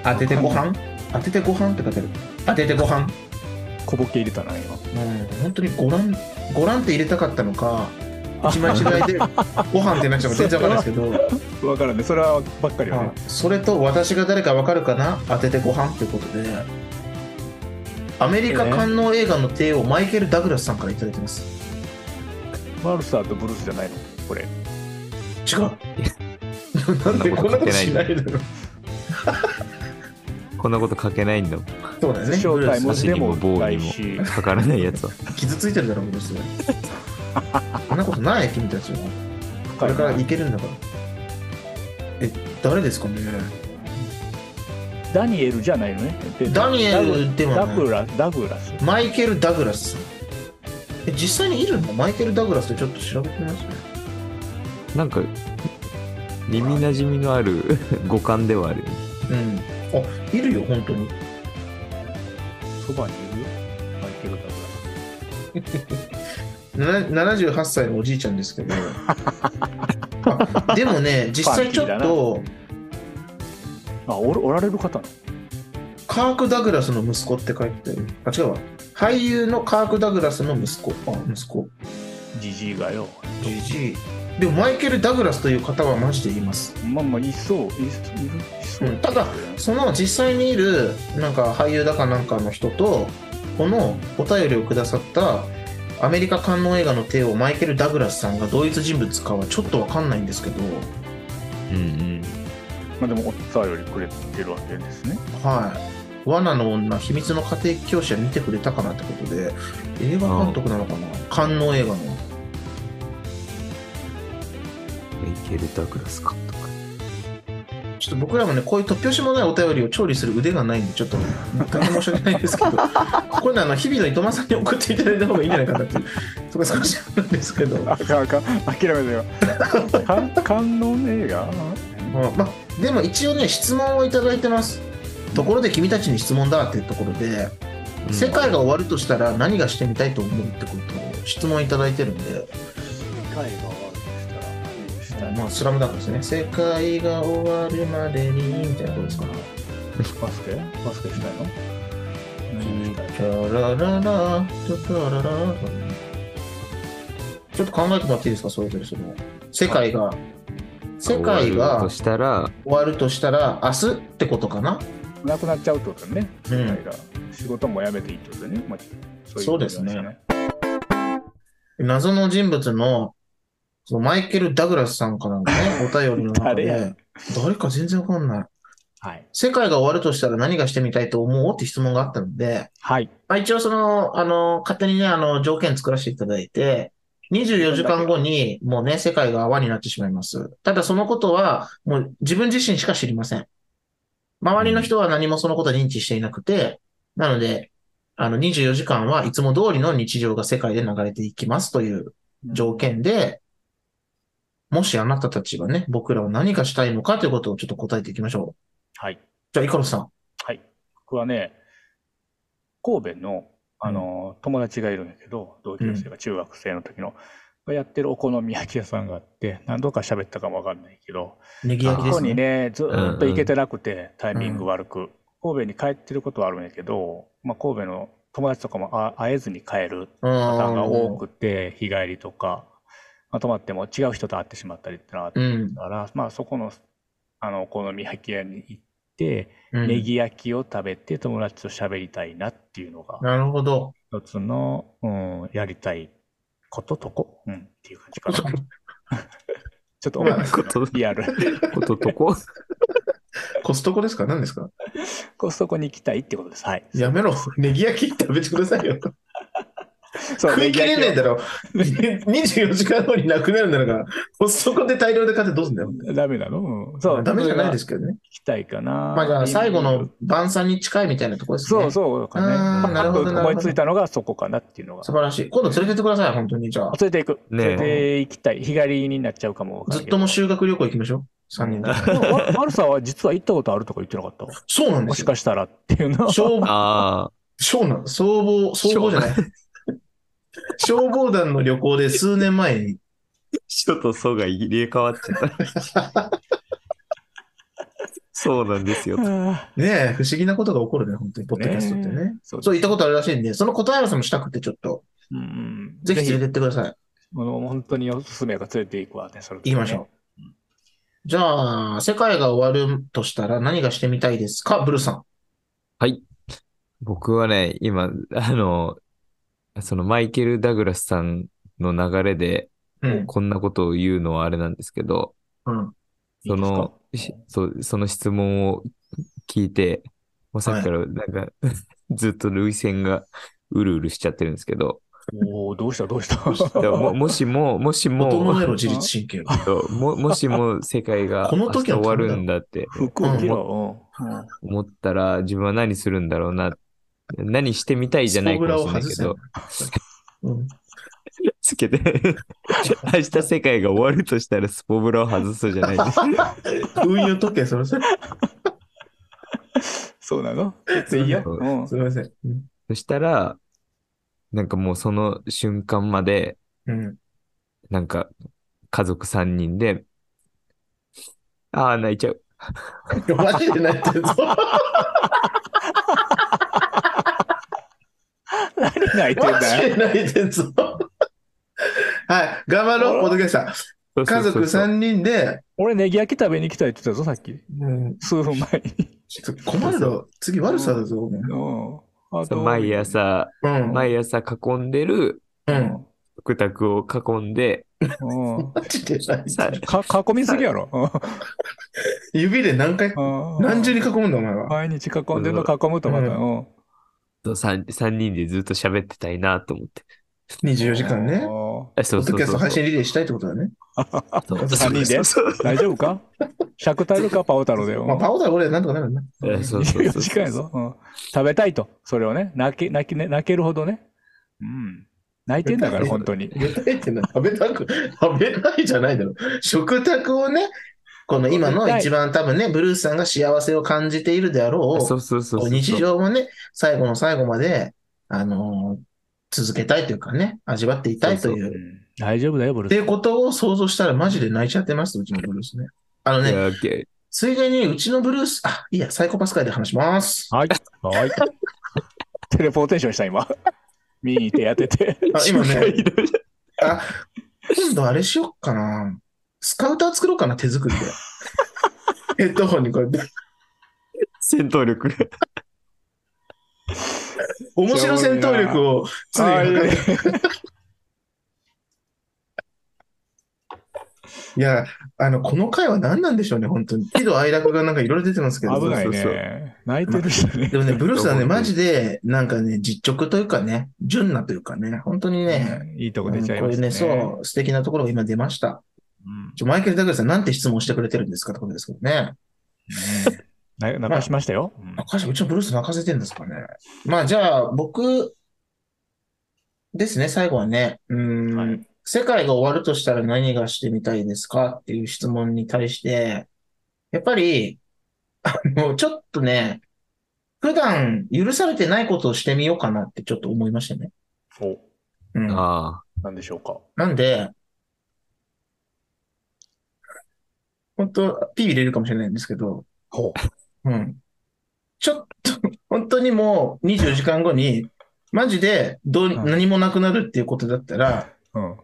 S1: 当ててご飯当ててご飯って書いてある当ててご飯
S2: 小ボケ入れたな、今。
S1: うん本当にご覧ご覧って入れたかったのか
S2: あ
S1: 一枚違い でご飯ってなっちゃうか全然わかんないですけど
S2: わからんね。それはばっかりよね。
S1: あそれと私が誰かわかるかな当ててご飯ということでアメリカ官能映画の帝王マイケル・ダグラスさんからいただいてます
S2: マルサーとブルースじゃないのこれ。
S1: 違うなんでこんなことしないだろう
S3: こんなこと書けないんだもん。
S1: そうだよね。ブ
S2: 正体
S1: ル
S2: 文
S1: ース
S2: 字でも
S3: 箸にも棒
S2: ない
S3: にも
S2: し、
S3: かからないやつは。
S1: 傷ついてるだろ、ブルース。 そんなことない、君たちは。これからいけるんだから。え、誰ですかね
S2: ダニエルじゃないのね。で
S1: ダニエルでは
S2: ダ
S1: ない
S2: グラダグラス。
S1: マイケル・ダグラスさん。え、実際にいるのマイケル・ダグラスってちょっと調べてみますね。
S3: なんか、耳なじみのある 五感ではある。
S1: うん。あ、いるよ、本当に。
S2: そばにいるマイケル・ダグラス。
S1: な78歳のおじいちゃんですけど。あでもね、実際ちょっと、
S2: あ、おるおられる方なの
S1: カーク・ダグラスの息子って書いてある。あ、違うわ。俳優のカーク・ダグラスの息子。あ、息子。
S2: ジジイがよ。
S1: じじいでもマイケル・ダグラスという方はマジでいます、、
S2: まあまあ、いそう、いそういるいそううん
S1: ただその実際にいるなんか俳優だかなんかの人とこのお便りをくださったアメリカ観音映画の帝王マイケル・ダグラスさんが同一人物かはちょっとわかんないんですけど
S3: うんうん。
S2: まあでも、お便りくれてるわけですね。
S1: はい罠の女、秘密の家庭教師は見てくれたかなってことで、映画監督なのかな観音映画の。
S3: メイケル・ダグラス監督。
S1: ちょっと僕らもね、こういう突拍子もないお便りを調理する腕がないんで、ちょっと、大変申し訳ないですけど、こういうのはあの日々の糸間さんに送っていただいた方がいいんじゃないかなっていう、そこ少しあるんですけど、ま
S2: あかんあかん諦めてよか 観音映画
S1: あ、まあでも一応ね、質問をいただいてます。ところで君たちに質問だっていうところで、
S3: うん
S1: 世界が終わるとしたら何がしてみたいと思うってことを質問いただいてるんで、
S2: 海が終わしたら
S1: まあ、スラムダンクですね。世界が終わるまでに、みたいなことですかね。
S2: バスケバスケしたいの何したい
S1: チャラララチャラララちょっと考えてもらっていいですか、それぞれその。世界が、世界
S3: 終わる
S1: が
S3: としたら、
S1: 終わるとしたら、明日ってことかな
S2: なくなっちゃうってことだね、
S1: うん
S2: 世界が仕事も辞めていいってことだね、まあ、そ
S1: そうですね謎の人物の、そのマイケル・ダグラスさんかなんかね、お便りの中
S2: 誰
S1: で、誰か全然わかんない。
S2: はい
S1: 世界が終わるとしたら何がしてみたいと思うって質問があったので、
S2: はい
S1: まあ、一応その、あの、勝手にね、あの、条件作らせていただいて、24時間後に、もうね、世界が泡になってしまいます。ただそのことは、もう自分自身しか知りません。周りの人は何もそのことは認知していなくて、なので、あの、24時間はいつも通りの日常が世界で流れていきますという条件で、もしあなたたちがね、僕らは何がしたいのかということをちょっと答えていきましょう。
S2: はい
S1: じゃあ、イカロスさん。
S2: はい僕はね神戸のあの、友達がいるんだけど同級生が中学生の時の、がやってるお好み焼き屋さんがあって何度か喋ったかもわかんないけど
S1: ネギ焼きで
S2: ここ
S1: す
S2: に
S1: ね。
S2: ねずーっと行けてなくて、タイミング悪く、神戸に帰ってることはあるんやけど、まあ、神戸の友達とかもあ会えずに帰る
S1: うん。
S2: パターンが多くて日帰りとか、まあ、泊まっても違う人と会ってしまったりってのがあっ
S1: う
S2: た
S1: ん。
S2: から、まあ、そこのあのお好み焼き屋に行って、
S1: うん
S2: ネギ焼きを食べて友達と喋りたいなっていうのが
S1: なるほど。
S2: 一つの、うん、やりたいこととこ、うん、っていう感じかな。ちょっと思いますけど
S3: こと
S2: リアル。
S3: ことと こ。
S1: コストコですか何ですか
S2: コストコに行きたいってことです。はい。
S1: やめろ。 ネギ焼き食べてくださいよ。
S2: そう
S1: 食い切れねえだろ。24時 間後になくなるんだから、コストコで大量で買ってどうすんだよ。
S2: ダメなの、うん、そう。。
S1: ダメじゃないですすけどね。
S2: 行きたいかな。
S1: まあじゃあ最後の晩餐に近いみたいなところですね。
S2: そうそうかね。
S1: あーなるほどなるほど
S2: 思いついたのがそこかなっていうのが。
S1: 素晴らしい。今度連れてってください、本当に。じゃあ。
S2: 連れて行く。
S3: ねえ
S2: 連れて行きたい。日帰りになっちゃうかもわから
S1: ずっ
S2: んけど
S1: とも修学旅行行きましょう。3人で。
S2: でもわマルサは実は行ったことあるとか言ってなかったわ
S1: そうなんで
S2: も
S1: す
S2: し
S1: よ。
S2: かしたらっていうの。
S1: 消防、
S3: あ
S1: そうなん消防、消防じゃない。消防団の旅行で数年前に、
S3: あ、人と層が入れ替わっちゃった。 そうなんですよ。
S2: あ
S1: ねえ、不思議なことが起こるね、本当に、ポッドキャストってね。
S2: ーそう
S1: そう、行ったことあるらしいんで、その答え合わせもしたくて、ちょっと、
S2: うんうん
S1: ぜ
S2: ぜ
S1: ひ
S2: ひ
S1: 連れてってください。
S2: もう本当におすすめが連れて行くわねそれ
S1: 行きましょう。じゃあ、世界が終わるとしたら何がしてみたいですか、ブルーさ
S3: 僕はね、今、あの、そのマイケル・ダグラスさんの流れで、
S1: ん。うん。
S3: こんなことを言うのはあれなんですけど、
S1: うん。
S2: いいですか
S3: その、しそう、その質問を聞いて、もうさっきからなんか、 ずっと涙腺がうるうるしちゃってるんですけど、
S2: おおどうしたどうした
S3: だからももしも、もしも、
S1: 整えろ、自律神経を。
S3: そうももしも世界が
S1: この時の
S3: 明日終わるんだって
S2: 服を着ろ、うんうん
S3: 思ったら自分は何するんだろうな。何してみたいじゃないかもしれないけど、
S1: うん。
S3: つけて、 明日世界が終わるとしたらスポブラを外すじゃないです。
S1: 運輸時計、 それそれ。
S2: そうなの
S1: すいません
S3: そう
S2: うん
S1: すみません。うん
S3: そしたら、なんかもうその瞬間まで、
S1: うん。
S3: なんか家族3人で、ああ、泣いちゃう。
S1: マジで泣いてるぞ。
S2: 何泣いてん
S1: マジ
S2: だよ
S1: で泣いてるぞ。はい。頑張ろう、ポッドキャスター。
S3: そうそ
S1: 家
S3: うそう
S1: 族
S3: そう
S1: 3人で、
S2: 俺ネギ焼き食べに行きたいって言ってたぞさっき
S1: うん
S2: 数分前 に
S1: ちょっと困るぞ。次悪さだぞ。お前
S2: うんあ
S3: そ
S2: と
S3: う毎朝、
S1: うん。
S3: 毎朝囲んでる
S1: うん。
S3: 食卓を囲んで、
S2: うん
S1: マジで泣いてる。
S2: か囲みすぎやろ。
S1: 指で何回、
S2: あー
S1: 何重に囲むんだ、お前は。
S2: 毎日囲んでるの囲むとまた、
S1: う
S2: うん。
S3: と 3, 三人でずっと喋ってたいなと思って。
S1: 24時間ね。
S2: あ
S3: あそ
S1: ポッド
S3: うそう
S1: キャス
S3: そうそ
S1: ト
S3: う。
S1: 配信リレーしたいってことだね。
S3: そう
S1: 三
S2: 人で
S3: そう
S2: ー大丈夫か尺足るか、パオ太郎でよ。
S1: まあ、パオだ、俺はなんとかなるな。
S3: そうそう
S2: 24
S3: そうそう
S2: 時間やぞ、うん。食べたいと、それをね、泣け泣きね泣けるほどね。うん。泣いてんだから、本当に。
S1: 食べたいってな、食べたく、食べないじゃないだろ。食卓をね、この今の一番多分ね、ブルースさんが幸せを感じているであろ
S3: そううそうそうそう。
S1: 日常をね、最後の最後まで、あのー続けたいというかね、味わっていたいという
S3: そ
S2: うん大丈夫だよ、ブル
S1: って
S2: ー
S1: い
S2: ス。
S1: うことを想像したらマジで泣いちゃってます、うちのブルースね。あの
S3: い
S1: ね、
S3: やオッケ
S1: ついでにうちのブルース、あ、いいや、サイコパス会で話します。
S2: はい。はい。 テレポーテーションした、今。見に行ってやってて。
S1: あ今 ね、
S3: ー
S1: あ、今度あれしよっかな。スカウター作ろうかな、手作り で。ヘッドホンにこれ、
S3: 戦闘力。
S1: 面白戦闘力を常に
S2: あーいい
S1: 測
S2: ね
S1: る。いや、あの、この回は何なんでしょうね、本当に。喜怒哀楽がなんかいろいろ出てますけど。
S2: 危ない
S3: そうそう
S2: ね。泣いてるしね。
S1: でも ね、ブルースはね、
S3: 本当に
S1: マジで、なんかね、実直というかね、純なというかね、本当にね、
S2: うんいいとこ
S1: うん
S2: 出ちゃいま
S1: これ
S2: すね。
S1: ね、そう、素敵なところが今出ました。
S2: うん
S1: ちょマイケル・ダグラスさん、なんて質問してくれてるんですかってことですけどね。
S2: な泣かしましたよ。うん
S1: あ、かしうちのブルース泣かせてるんですかね。まあ、じゃあ、僕ですね、最後はね。うーん、
S2: はい
S1: 世界が終わるとしたら何がしてみたいですかっていう質問に対して、やっぱり、あの、ちょっとね、普段許されてないことをしてみようかなってちょっと思いましたね。
S2: お、
S1: うん。
S3: あ
S2: なんでしょうか。
S1: なんで、本当ピー入れるかもしれないんですけど、
S2: ほ
S1: うん。ちょっと、本当にもう24時間後に、マジでどう、
S2: ん
S1: 何もなくなるっていうことだったら、
S2: う。うん。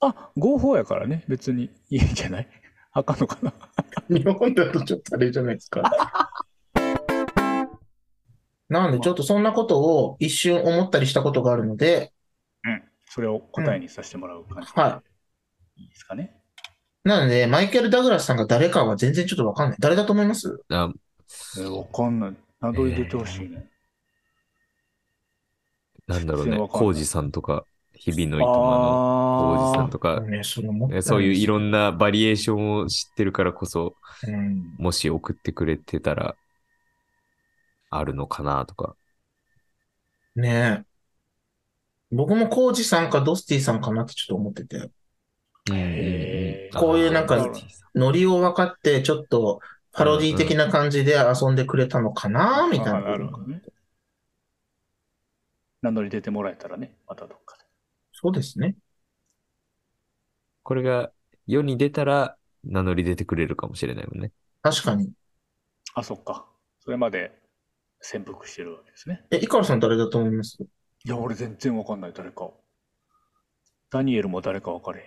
S2: あ、合法やからね。別にいいんじゃないあかんのかな。
S1: 日本だとちょっとあれじゃないですか。なんで、ちょっとそんなことを一瞬思ったりしたことがあるので、
S2: うん。それを答えにさせてもらう感じ。。
S1: うんはい
S2: いいですかね。
S1: なので、マイケル・ダグラスさんが誰かは全然ちょっとわかんない。誰だと思います
S3: あ。あ
S2: えわかんない。などり出てほしいね。
S3: なんだろう
S2: 全然
S3: ね
S2: わ。かんない
S3: コウジさんとか、日々のいとまのコウジさ
S2: あ
S3: ん
S2: あ。
S3: とか、
S1: ね、それ思ったんです
S3: そういういろんなバリエーションを知ってるからこそ、
S1: うん
S3: もし送ってくれてたら、あるのかなとか。
S1: ねえ。僕もコウジさんかドスティさんかなってちょっと思ってて。
S2: へー
S1: こういうなんか
S3: あー
S1: ノリを分かって、ちょっとパロディ的な感じで遊んでくれたのかなみたいな。
S2: なるほどね。名乗り出てもらえたらね、またどっか
S1: そうですね。
S3: これが世に出たら名乗り出てくれるかもしれないもんね。
S1: 確かに。
S2: で。あ、そっか。それまで潜伏してるわけですね。
S1: え、イカロさん誰だと思います
S2: いや、俺全然わかんない、誰か。ダニエルも誰かわかれへ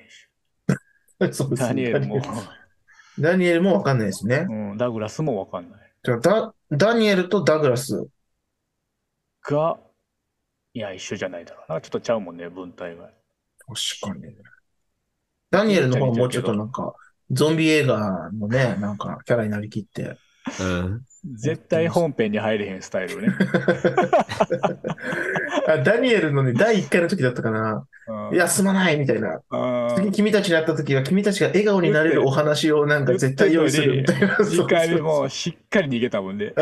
S2: ん し。
S1: そうですね
S2: ダニエルも、
S1: ダニエルも分かんないですね。
S2: うん、ダグラスもわかんない。
S1: じゃあダ、ダニエルとダグラス。
S2: が、いや、一緒じゃないだろうな。ちょっとちゃうもんね、文体が。
S1: 確かに。ダニエルの方がもうちょっとなんか、ゾンビ映画のね、なんかキャラになりき って。
S3: うん。
S2: 絶対本編に入れへんスタイ ルね。
S1: あダニエルのね、第1回の時だったかな。
S2: うん、
S1: 休まないみたいな。
S2: うん、
S1: 次君たちに会った時は君たちが笑顔になれるお話をなんか絶対用意するみたいな。
S2: 次回でもうしっかり逃げたも んで。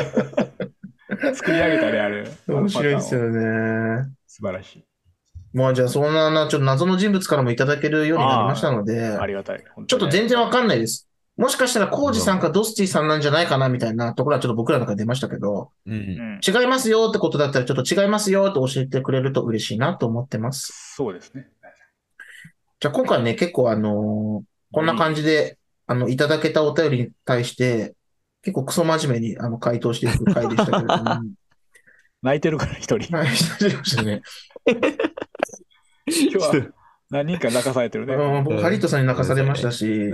S2: 作り上げたね、あれ。
S1: 面白いです
S2: あのパターンを
S1: よね。
S2: 素晴らしい。
S1: まあじゃあそんなな、ちょっと謎の人物からもいただけるようになりましたので、
S2: ありがたい。本
S1: ちょ
S2: 当
S1: っ
S2: ね
S1: と全然わかんないです。もしかしたらコウジさんかドスティさんなんじゃないかなみたいなところはちょっと僕らの中で出ましたけど、
S3: うん。
S2: うん
S1: 違いますよってことだったらちょっと違いますよって教えてくれると嬉しいなと思ってます。
S2: そうですね。
S1: じゃあ今回ね、結構あのーこんな感じで、あの、いただけたお便りに対して、結構クソ真面目にあの回答していく回でしたけれど も、
S2: 泣いてるから一人。
S1: はい、失礼しました ね。
S2: 今日は何人か泣かされてる
S1: あ
S2: ね。
S1: の僕、ハリットさんに泣かされましたし
S3: ん、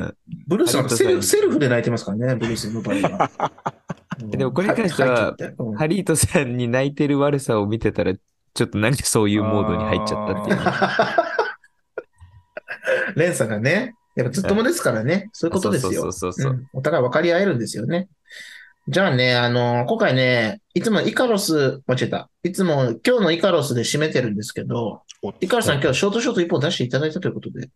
S1: ブルースなんかセ
S3: ハリ
S1: ル
S3: ットさん
S1: セルフで泣いてますからね、ブルースの場合は。うん
S3: でもこれに関しては
S1: はいって言ってうん
S3: ハリートさんに泣いてる悪さを見てたら、ちょっと何かそういうモードに入っちゃったっていう。
S1: レンさんがね、やっぱずっともですからね、そういうことです
S3: そ
S1: よ
S3: う。そうそうそうう。
S1: んお互い分かり合えるんですよね。じゃあね、あの、今回ね、いつもイカロス、間違えた。いつも今日のイカロスで締めてるんですけど、
S2: お
S1: イカロスさん今日ショートショート一本出していただいたということで、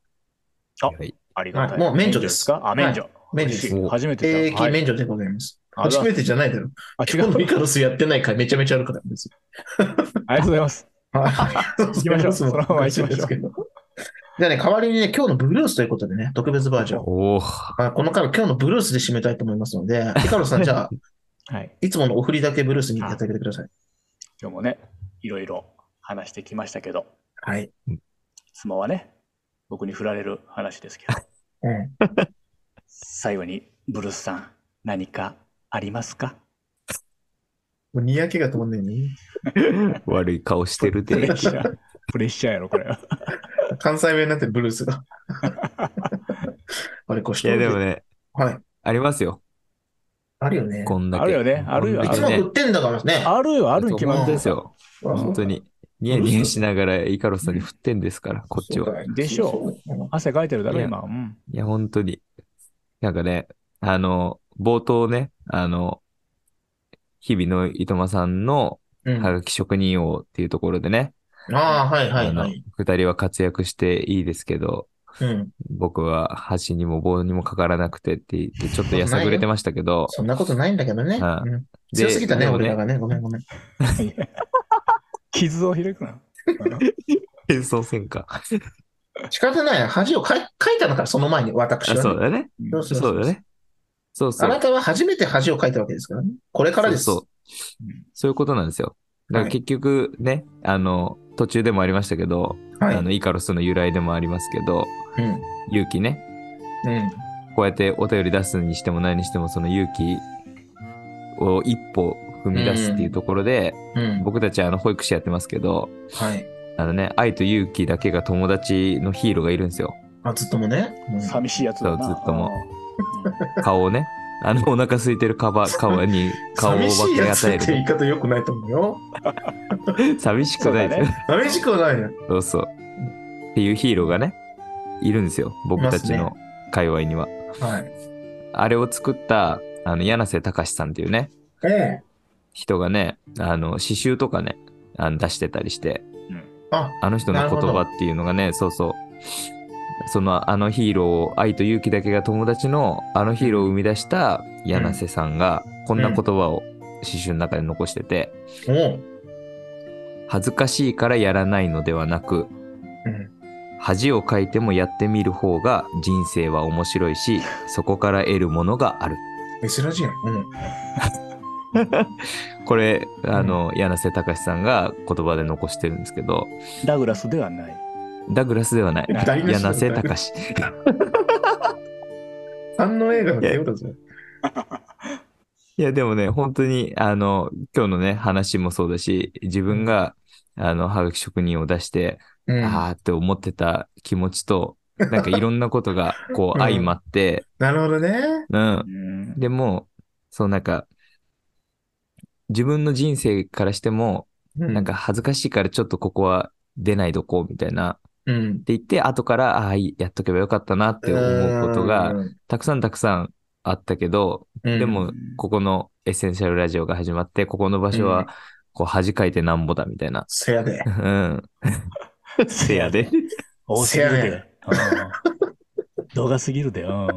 S3: はい。
S2: ありがたい。
S1: はいもう免除です
S2: かあ、免除。
S1: 免除で
S2: 嬉し
S1: す。
S2: い初め
S1: 定
S2: てだ。は
S1: 役
S2: い
S1: 免除でございます。
S2: あら
S1: 初めてじゃないだろ。
S2: あ、違
S1: 今日
S2: う。
S1: のイカロスやってない回めちゃめちゃあるからです。
S2: ありがとうございます。
S1: 行
S2: きましょうそのまま行きましょう
S1: じゃあね、代わりにね、今日のブルースということでね、特別バージョン。
S3: おお。
S1: まあ、この回は今日のブルースで締めたいと思いますので、イカロスさん、じ ゃあ、
S2: はい。
S1: いつものお振りだけブルースにやってあげてください。
S2: 今日もね、いろいろ話してきましたけど、
S1: はい。
S2: 質問はね、僕に振られる話ですけど、
S1: うん。
S2: 最後に、ブルースさん、何かありますか
S1: もうにやけが止まんないね。
S3: 悪い顔して る
S2: プレ
S3: で
S2: ッ。シャー。プレッシャーやろ、これは。
S1: 関西弁になってるブルース が。あれ、こうし
S3: い
S1: て
S3: や、でもね、
S1: はい。
S3: ありますよ。
S1: あるよね。
S3: こんだけ。
S2: あるよねあるよ
S3: こん
S1: い
S3: だ
S1: つ
S3: け
S1: も
S3: ね
S1: 食ってんだからね。
S2: あるよ、あるに決まって
S3: で
S2: る
S3: すよ。
S1: うん、
S3: 本当に。ニヤニヤしながらイカロスさんに振ってんですから、こっち
S1: そう
S3: は。
S1: だよ
S2: でしょ
S1: そう
S2: 汗かいてるだ
S3: い
S2: ろ、
S3: や
S2: 今。うん。
S3: いや、本当に。なんかね、あの、冒頭ね、あの、日々のいとまさんの
S1: だようん
S3: はがき職人王っていうところでね、
S1: ああ、はいはいは
S3: あの
S1: い。、
S3: 二人は活躍していいですけど、
S1: うん。
S3: 僕は箸にも棒にもかからなくてって言って、ちょっとやさぐれてましたけど、
S1: そんなことないんだけどね。
S3: はい
S1: うん
S3: で
S1: 強すぎたね、
S3: でも
S1: 俺らがね。ごめんごめん。
S2: 傷を 開くな。
S3: 演奏せんか。
S1: 仕方ない。恥をかいかいたのから、その前に、私
S3: あ
S1: はね。
S3: そうだね。
S1: そうそうそう
S3: そうだね。そうそ
S1: あ
S3: う
S1: な。たは初めて恥をかいたわけですからね。これからです。
S3: そうそうそういうことなんですよ。だから結局ね、あの、途中でもありましたけど、
S1: はい。
S3: あの、イカロスの由来でもありますけど、
S1: うん。
S3: 勇気ね、
S1: うん。
S3: こうやってお便り出すにしても何にしてもその勇気を一歩踏み出すっていうところで、
S1: うん。
S3: 僕たちはあの保育士やってますけど、
S1: はい。
S3: あのね、愛と勇気だけが友達のヒーローがいるんですよ。
S1: あ、ずっともね。うん
S2: 寂しいやつだな。
S3: そうずっとも
S2: うん。
S3: 顔を ね、あのお腹空いてるカバ、カバに顔を分
S1: 寂しい
S3: け
S1: やつ
S3: 与
S1: っ
S3: え
S1: て言い
S3: る。
S1: 方良くないと思うよ。
S3: 寂しくないですよ。
S1: 寂しくはないよ。
S3: そうそう。っていうヒーローがね、いるんですよ。僕たち
S1: いま
S3: の界隈には。
S1: はい。
S3: あれを作った、あの、柳瀬隆さんっていうね、
S1: ええ。
S3: 人がね、あの、詩集とかね、あの出してたりして、
S1: あ、
S3: あの人の言
S1: なるほ
S3: 葉
S1: ど
S3: っていうのがね、そうそう。そのあのヒーローを愛と勇気だけが友達のあのヒーローを生み出した柳瀬さんがこんな言葉を詩集の中で残してて
S1: おう。
S3: 恥ずかしいからやらないのではなく
S1: うん。
S3: 恥をかいてもやってみる方が人生は面白いしそこから得るものがある
S1: 珍しいやん。うん。
S3: これあの、柳瀬隆さんが言葉で残してるんですけど
S2: ダグラスではない。
S3: ダグラスではない
S1: 台無しだ
S3: 柳瀬隆
S1: 三の映画の手だぞ。
S3: いや、でもね、本当に、あの、今日のね、話もそうだし、自分が、あの、はがき職人を出して、
S1: うん。
S3: あーって思ってた気持ちと、なんかいろんなことが、こう、
S1: うん
S3: 相まって、
S1: なるほどね。
S3: うん
S2: う。ん。
S3: でも、そう、なんか、自分の人生からしても、
S1: な
S3: なんか、恥ずかしいからちょっとここは出ないどこう、みたいな。
S1: うん
S3: っ。て言って、後から、ああ、いいやっとけばよかったなって思うことが、
S1: うん、
S3: たくさんたくさんあったけど、でも、ここのエッセンシャルラジオが始まって、ここの場所
S1: うん
S3: は、こう、恥かいてなんぼだみたいな。
S1: せやで
S3: う。ん。せやで。
S2: 多すぎる
S1: せや
S2: で。うん動画すぎるで。うん。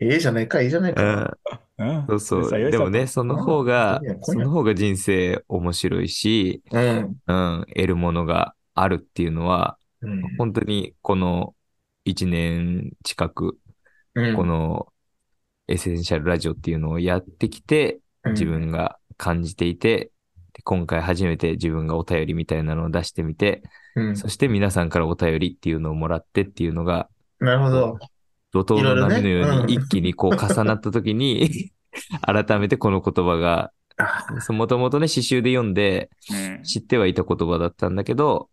S1: ええじゃないか、ええじゃないうか。
S3: ん。
S2: うん
S3: そうそ
S2: さよ
S3: う。
S2: い
S3: で
S2: さん
S3: もね、その方が
S1: うん、
S3: その方が人生面白いし、
S1: うん。
S3: うん、得るものがあるっていうのは、
S1: うん。
S3: 本当にこの1年近く、
S1: うん
S3: このエッセンシャルラジオっていうのをやってきて、自。分が感じていて、で今回初めて自分がお便りみたいなのを出してみて、
S1: うん
S3: そして皆さんからお便りっていうのをもらってっていうのが、
S1: なるほど。
S3: 怒涛の波の
S1: いろい
S3: よ
S1: ろね
S3: うに
S1: うん
S3: 一気にこう重なった 時に、改めてこの言葉が、
S1: あ
S3: もともとね、詩集で読んで知ってはいた言葉だったんだけど、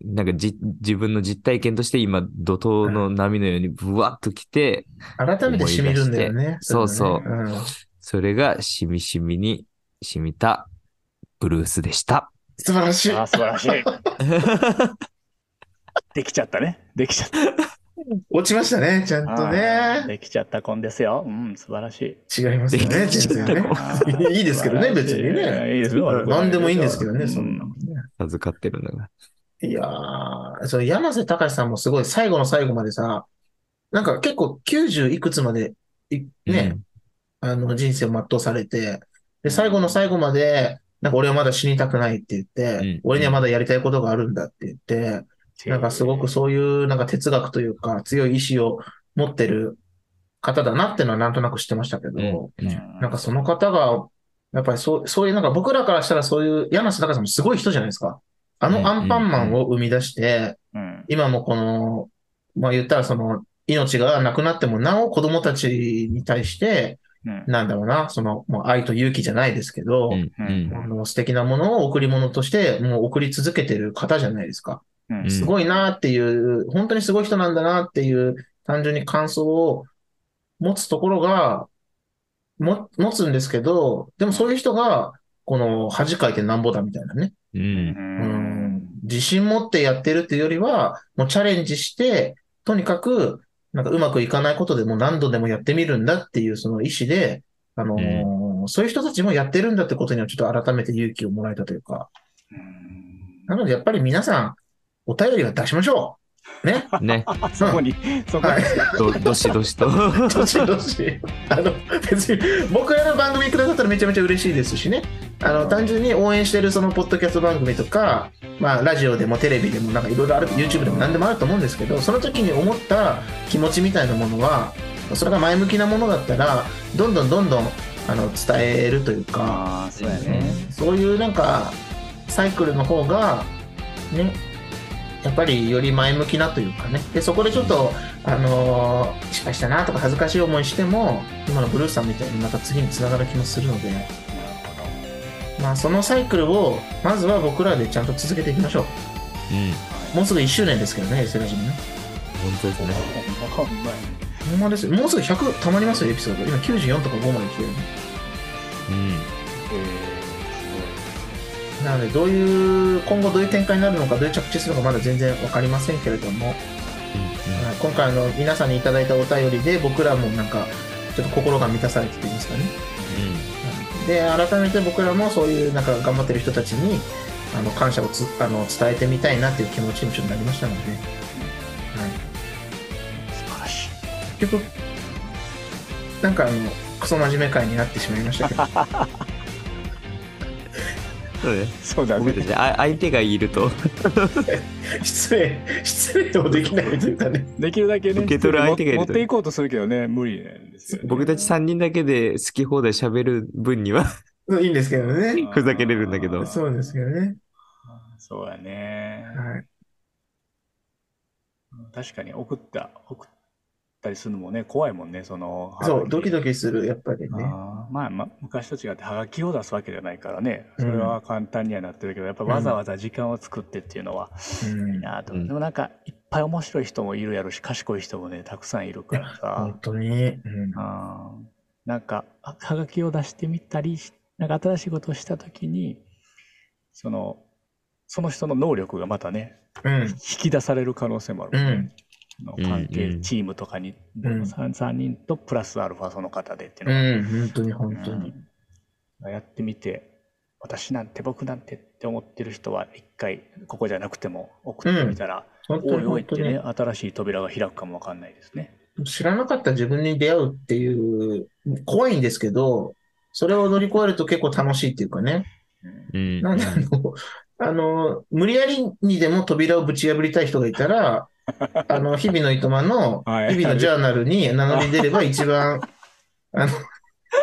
S3: なんかじ自分の実体験として今、怒涛の波のようにブワッと来て、
S1: 改めて染みるんだよね。
S3: そうそう
S1: いのねん
S3: それがしみしみに染みたブルースでした。
S1: 素晴らしい。
S2: あー素晴らしい。できちゃったね。できちゃった。
S1: 落ちましたね、ちゃんと
S2: はい
S1: ね。
S2: できちゃった子んですよ。うん、素晴らしい。
S1: 違いますよね、
S3: できちゃった
S1: 全然ね
S3: 子
S1: いやいいですけどね、別にね。
S2: いいですよ。
S1: 何でもいいんですけどね、そん
S2: ん
S1: な
S2: な
S1: のね。
S3: 授かってるのが。
S1: いやー、そう、山瀬隆さんもすごい最後の最後までさ、なんか結構90いくつまでい、ね、あの人生を全うされて、で、最後の最後まで、なんか俺はまだ死にたくないって言っ
S3: う
S1: て
S3: ん、
S1: 俺にはまだやりたいことがあるんだって言って、なんかすごくそういうなんか哲学というか強い意志を持ってる方だなっていうのはなんとなく知ってましたけ
S3: うん。
S1: ど、
S3: うん
S1: なんかその方が、やっぱりそう、そういうなんか僕らからしたらそういう柳瀬隆さんもすごい人じゃないですか。あ
S3: うん
S1: のアンパンマンを生み出して、
S2: うん。
S1: 今もこの、まあ言ったらその命がなくなってもなお子供たちに対して、
S2: うん。
S1: なんだろうな、そのもう愛と勇気じゃないですけど、
S3: うんうん
S1: あの素敵なものを贈り物としてもう送り続けてる方じゃないですか。
S2: うん
S1: すごいなっていう、本当にすごい人なんだなっていう、単純に感想を持つところが、も、持つんですけど、でもそういう人が、この恥かいてなんぼだみたいなね。
S3: う
S2: うん
S1: うん
S2: ん。。
S1: 自信持ってやってるっていうよりは、もうチャレンジして、とにかく、なんかうまくいかないことでも何度でもやってみるんだっていうその意思で、あのーそういう人たちもやってるんだってことにはちょっと改めて勇気をもらえたというか。なのでやっぱり皆さん、お便りは出しましょう。ね。
S3: ね、
S2: あそこ に、そこ
S1: は
S2: に
S1: い。
S3: ど、どしどし と。
S1: どしどし。あの、別に、僕らの番組くださったらめちゃめちゃ嬉しいですしね。あの、単純に応援してるその、ポッドキャスト番組とか、まあ、ラジオでもテレビでも、なんかいろいろある、YouTube でも何でもあると思うんですけど、その時に思った気持ちみたいなものは、それが前向きなものだったら、どんどんどんどん、あの、伝えるというか、
S2: ああ、そうやね。
S1: そういうなんか、サイクルの方が、ね、やっぱりより前向きなというかね。で、そこでちょっと、あのー失敗したなとか恥ずかしい思いしても、今のブルースさんみたいにまた次につながる気もするので、まあそのサイクルを、まずは僕らでちゃんと続けていきましょ
S3: うん。
S1: う。もうすぐ1周年ですけどね、エセラジもね。
S3: 本当ですね。
S2: ほんまに。
S1: ほんまですよ。もうすぐ100溜まりますよ、エピソード。今94とか5まで来てるね。
S3: うん。
S1: なので、どういう、今後どういう展開になるのか、どういう着地するのかまだ全然わかりませんけれども、はい今回あの皆さんにいただいたお便りで僕らもなんかちょっと心が満たされてといいますかねで改めて僕らもそういうなんか頑張ってる人たちにあの感謝をつあの伝えてみたいなっていう気持ちにちょっとなりましたので、はい、
S2: 素晴らしい。
S1: 結局なんかあのクソ真面目会になってしまいましたけど
S3: そうね。
S2: そうだね
S3: 僕。たち、あ相手がいると、
S1: 失礼失礼をできないというかね
S2: できるだけね、
S3: 受け取る相手がいると
S2: 持っていこうとするけどね、無理なんですよね。
S3: 僕たち3人だけで好き放題喋る分には
S1: いいんですけどね
S3: ふざけれるんだけど
S1: そうですけどね、
S2: そうやね。
S1: はい、
S2: 確かに送った、送ったりするのもね、怖いもんね、その。
S1: そうドキ
S2: キ。
S1: ドキするやっぱりね
S2: あーまあ、ま、昔と違って、はがきを出すわけじゃないからね、それは簡単にはなってるけど、やっぱわざわざ時間を作ってっていうのは、
S1: うん
S2: いいなと、
S3: うん
S2: でもなんか、いっぱい面白い人もいるやろし、賢い人もね、たくさんいるからさ。
S1: 本当に、うん
S2: あーなんか、あはがきを出してみたりし、なんか新しいことをしたときに、その、その人の能力がまたね、
S1: うん。
S2: 引き出される可能性もあ
S1: う
S2: る。
S1: ん。
S2: その
S3: うん
S2: 関
S3: う
S2: 係、
S3: ん
S2: チームとかに、
S1: うん
S2: 3, 人とプラスアルファその方でっていうのが
S1: うん。本当に本当に。
S2: うんやってみて、私なんて僕なんてって思ってる人は、一回、ここじゃなくても送ってみたら、
S1: 本当
S2: お
S1: に
S2: いお
S1: 本
S2: いっ
S1: 当
S2: てね、
S1: に。
S2: 新しい扉が開くかもわかんないですね。
S1: 知らなかった自分に出会うっていう、怖いんですけど、それを乗り越えると結構楽しいっていうかね。
S2: うん
S3: うん
S1: なんであの、あの、無理やりにでも扉をぶち破りたい人がいたら、あの、日々の糸満の、
S2: はい
S1: 日々のジャーナルに名乗り出れば一番、あの、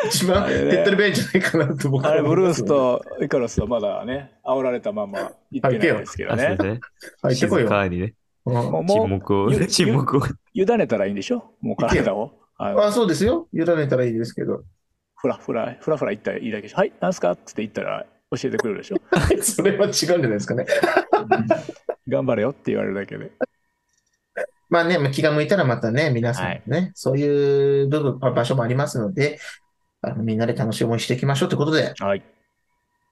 S1: 一番
S2: あ
S1: 手
S2: れ
S1: っ
S2: ね
S1: 取り早いんじゃないかなと僕
S2: あ
S1: は
S2: れ、
S1: 思
S2: ブ
S1: い
S2: ル
S1: ま
S2: ー
S1: す
S2: ス
S1: ね。
S2: とイカロスはまだね、煽られたまま行ってないですけど
S3: あそう
S2: ね
S3: で。す
S1: 入っ
S3: ね。
S1: てこい
S3: 静
S1: よ。
S3: かにね、
S1: うん
S2: もう、
S3: 沈
S2: も
S3: 黙を、
S2: ゆ
S3: 沈黙を。
S2: う、委ねたらいいんでしょもう体を。あの
S1: あ、そうですよ。委ねたらいいですけど。
S2: ふらふら、ふらふら行ったらいいだけでしょ。はい、なんすかっつって言ったら教えてくれるで しょ。
S1: それは違うんじゃないですかね。
S2: 頑張れよって言われるだけで。
S1: まあね、まあ気が向いたらまたね、皆さんね、そういう部分、まあ場所もありますので、あのみんなで楽しい思いしていきましょうということで、
S2: はい。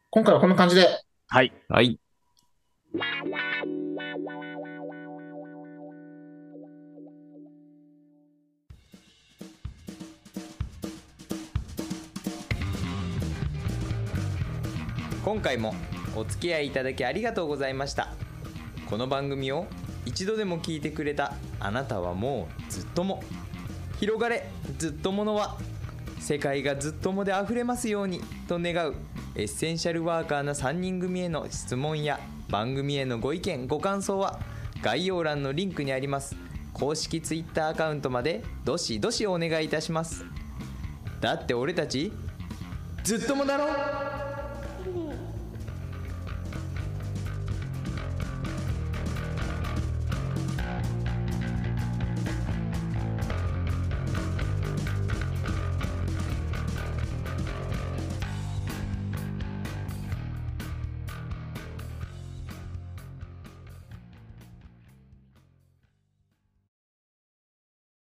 S1: 今回はこんな感じで、
S2: はい。
S3: はい。今回もお付き合いいただきありがとうございましたこの番組を一度でも聞いてくれたあなたはもうずっとも広がれずっとものは世界がずっともであふれますようにと願うエッセンシャルワーカーな3人組への質問や番組へのご意見ご感想は概要欄のリンクにあります公式 Twitter アカウントまでどしどしお願いいたしますだって俺たちずっともだろ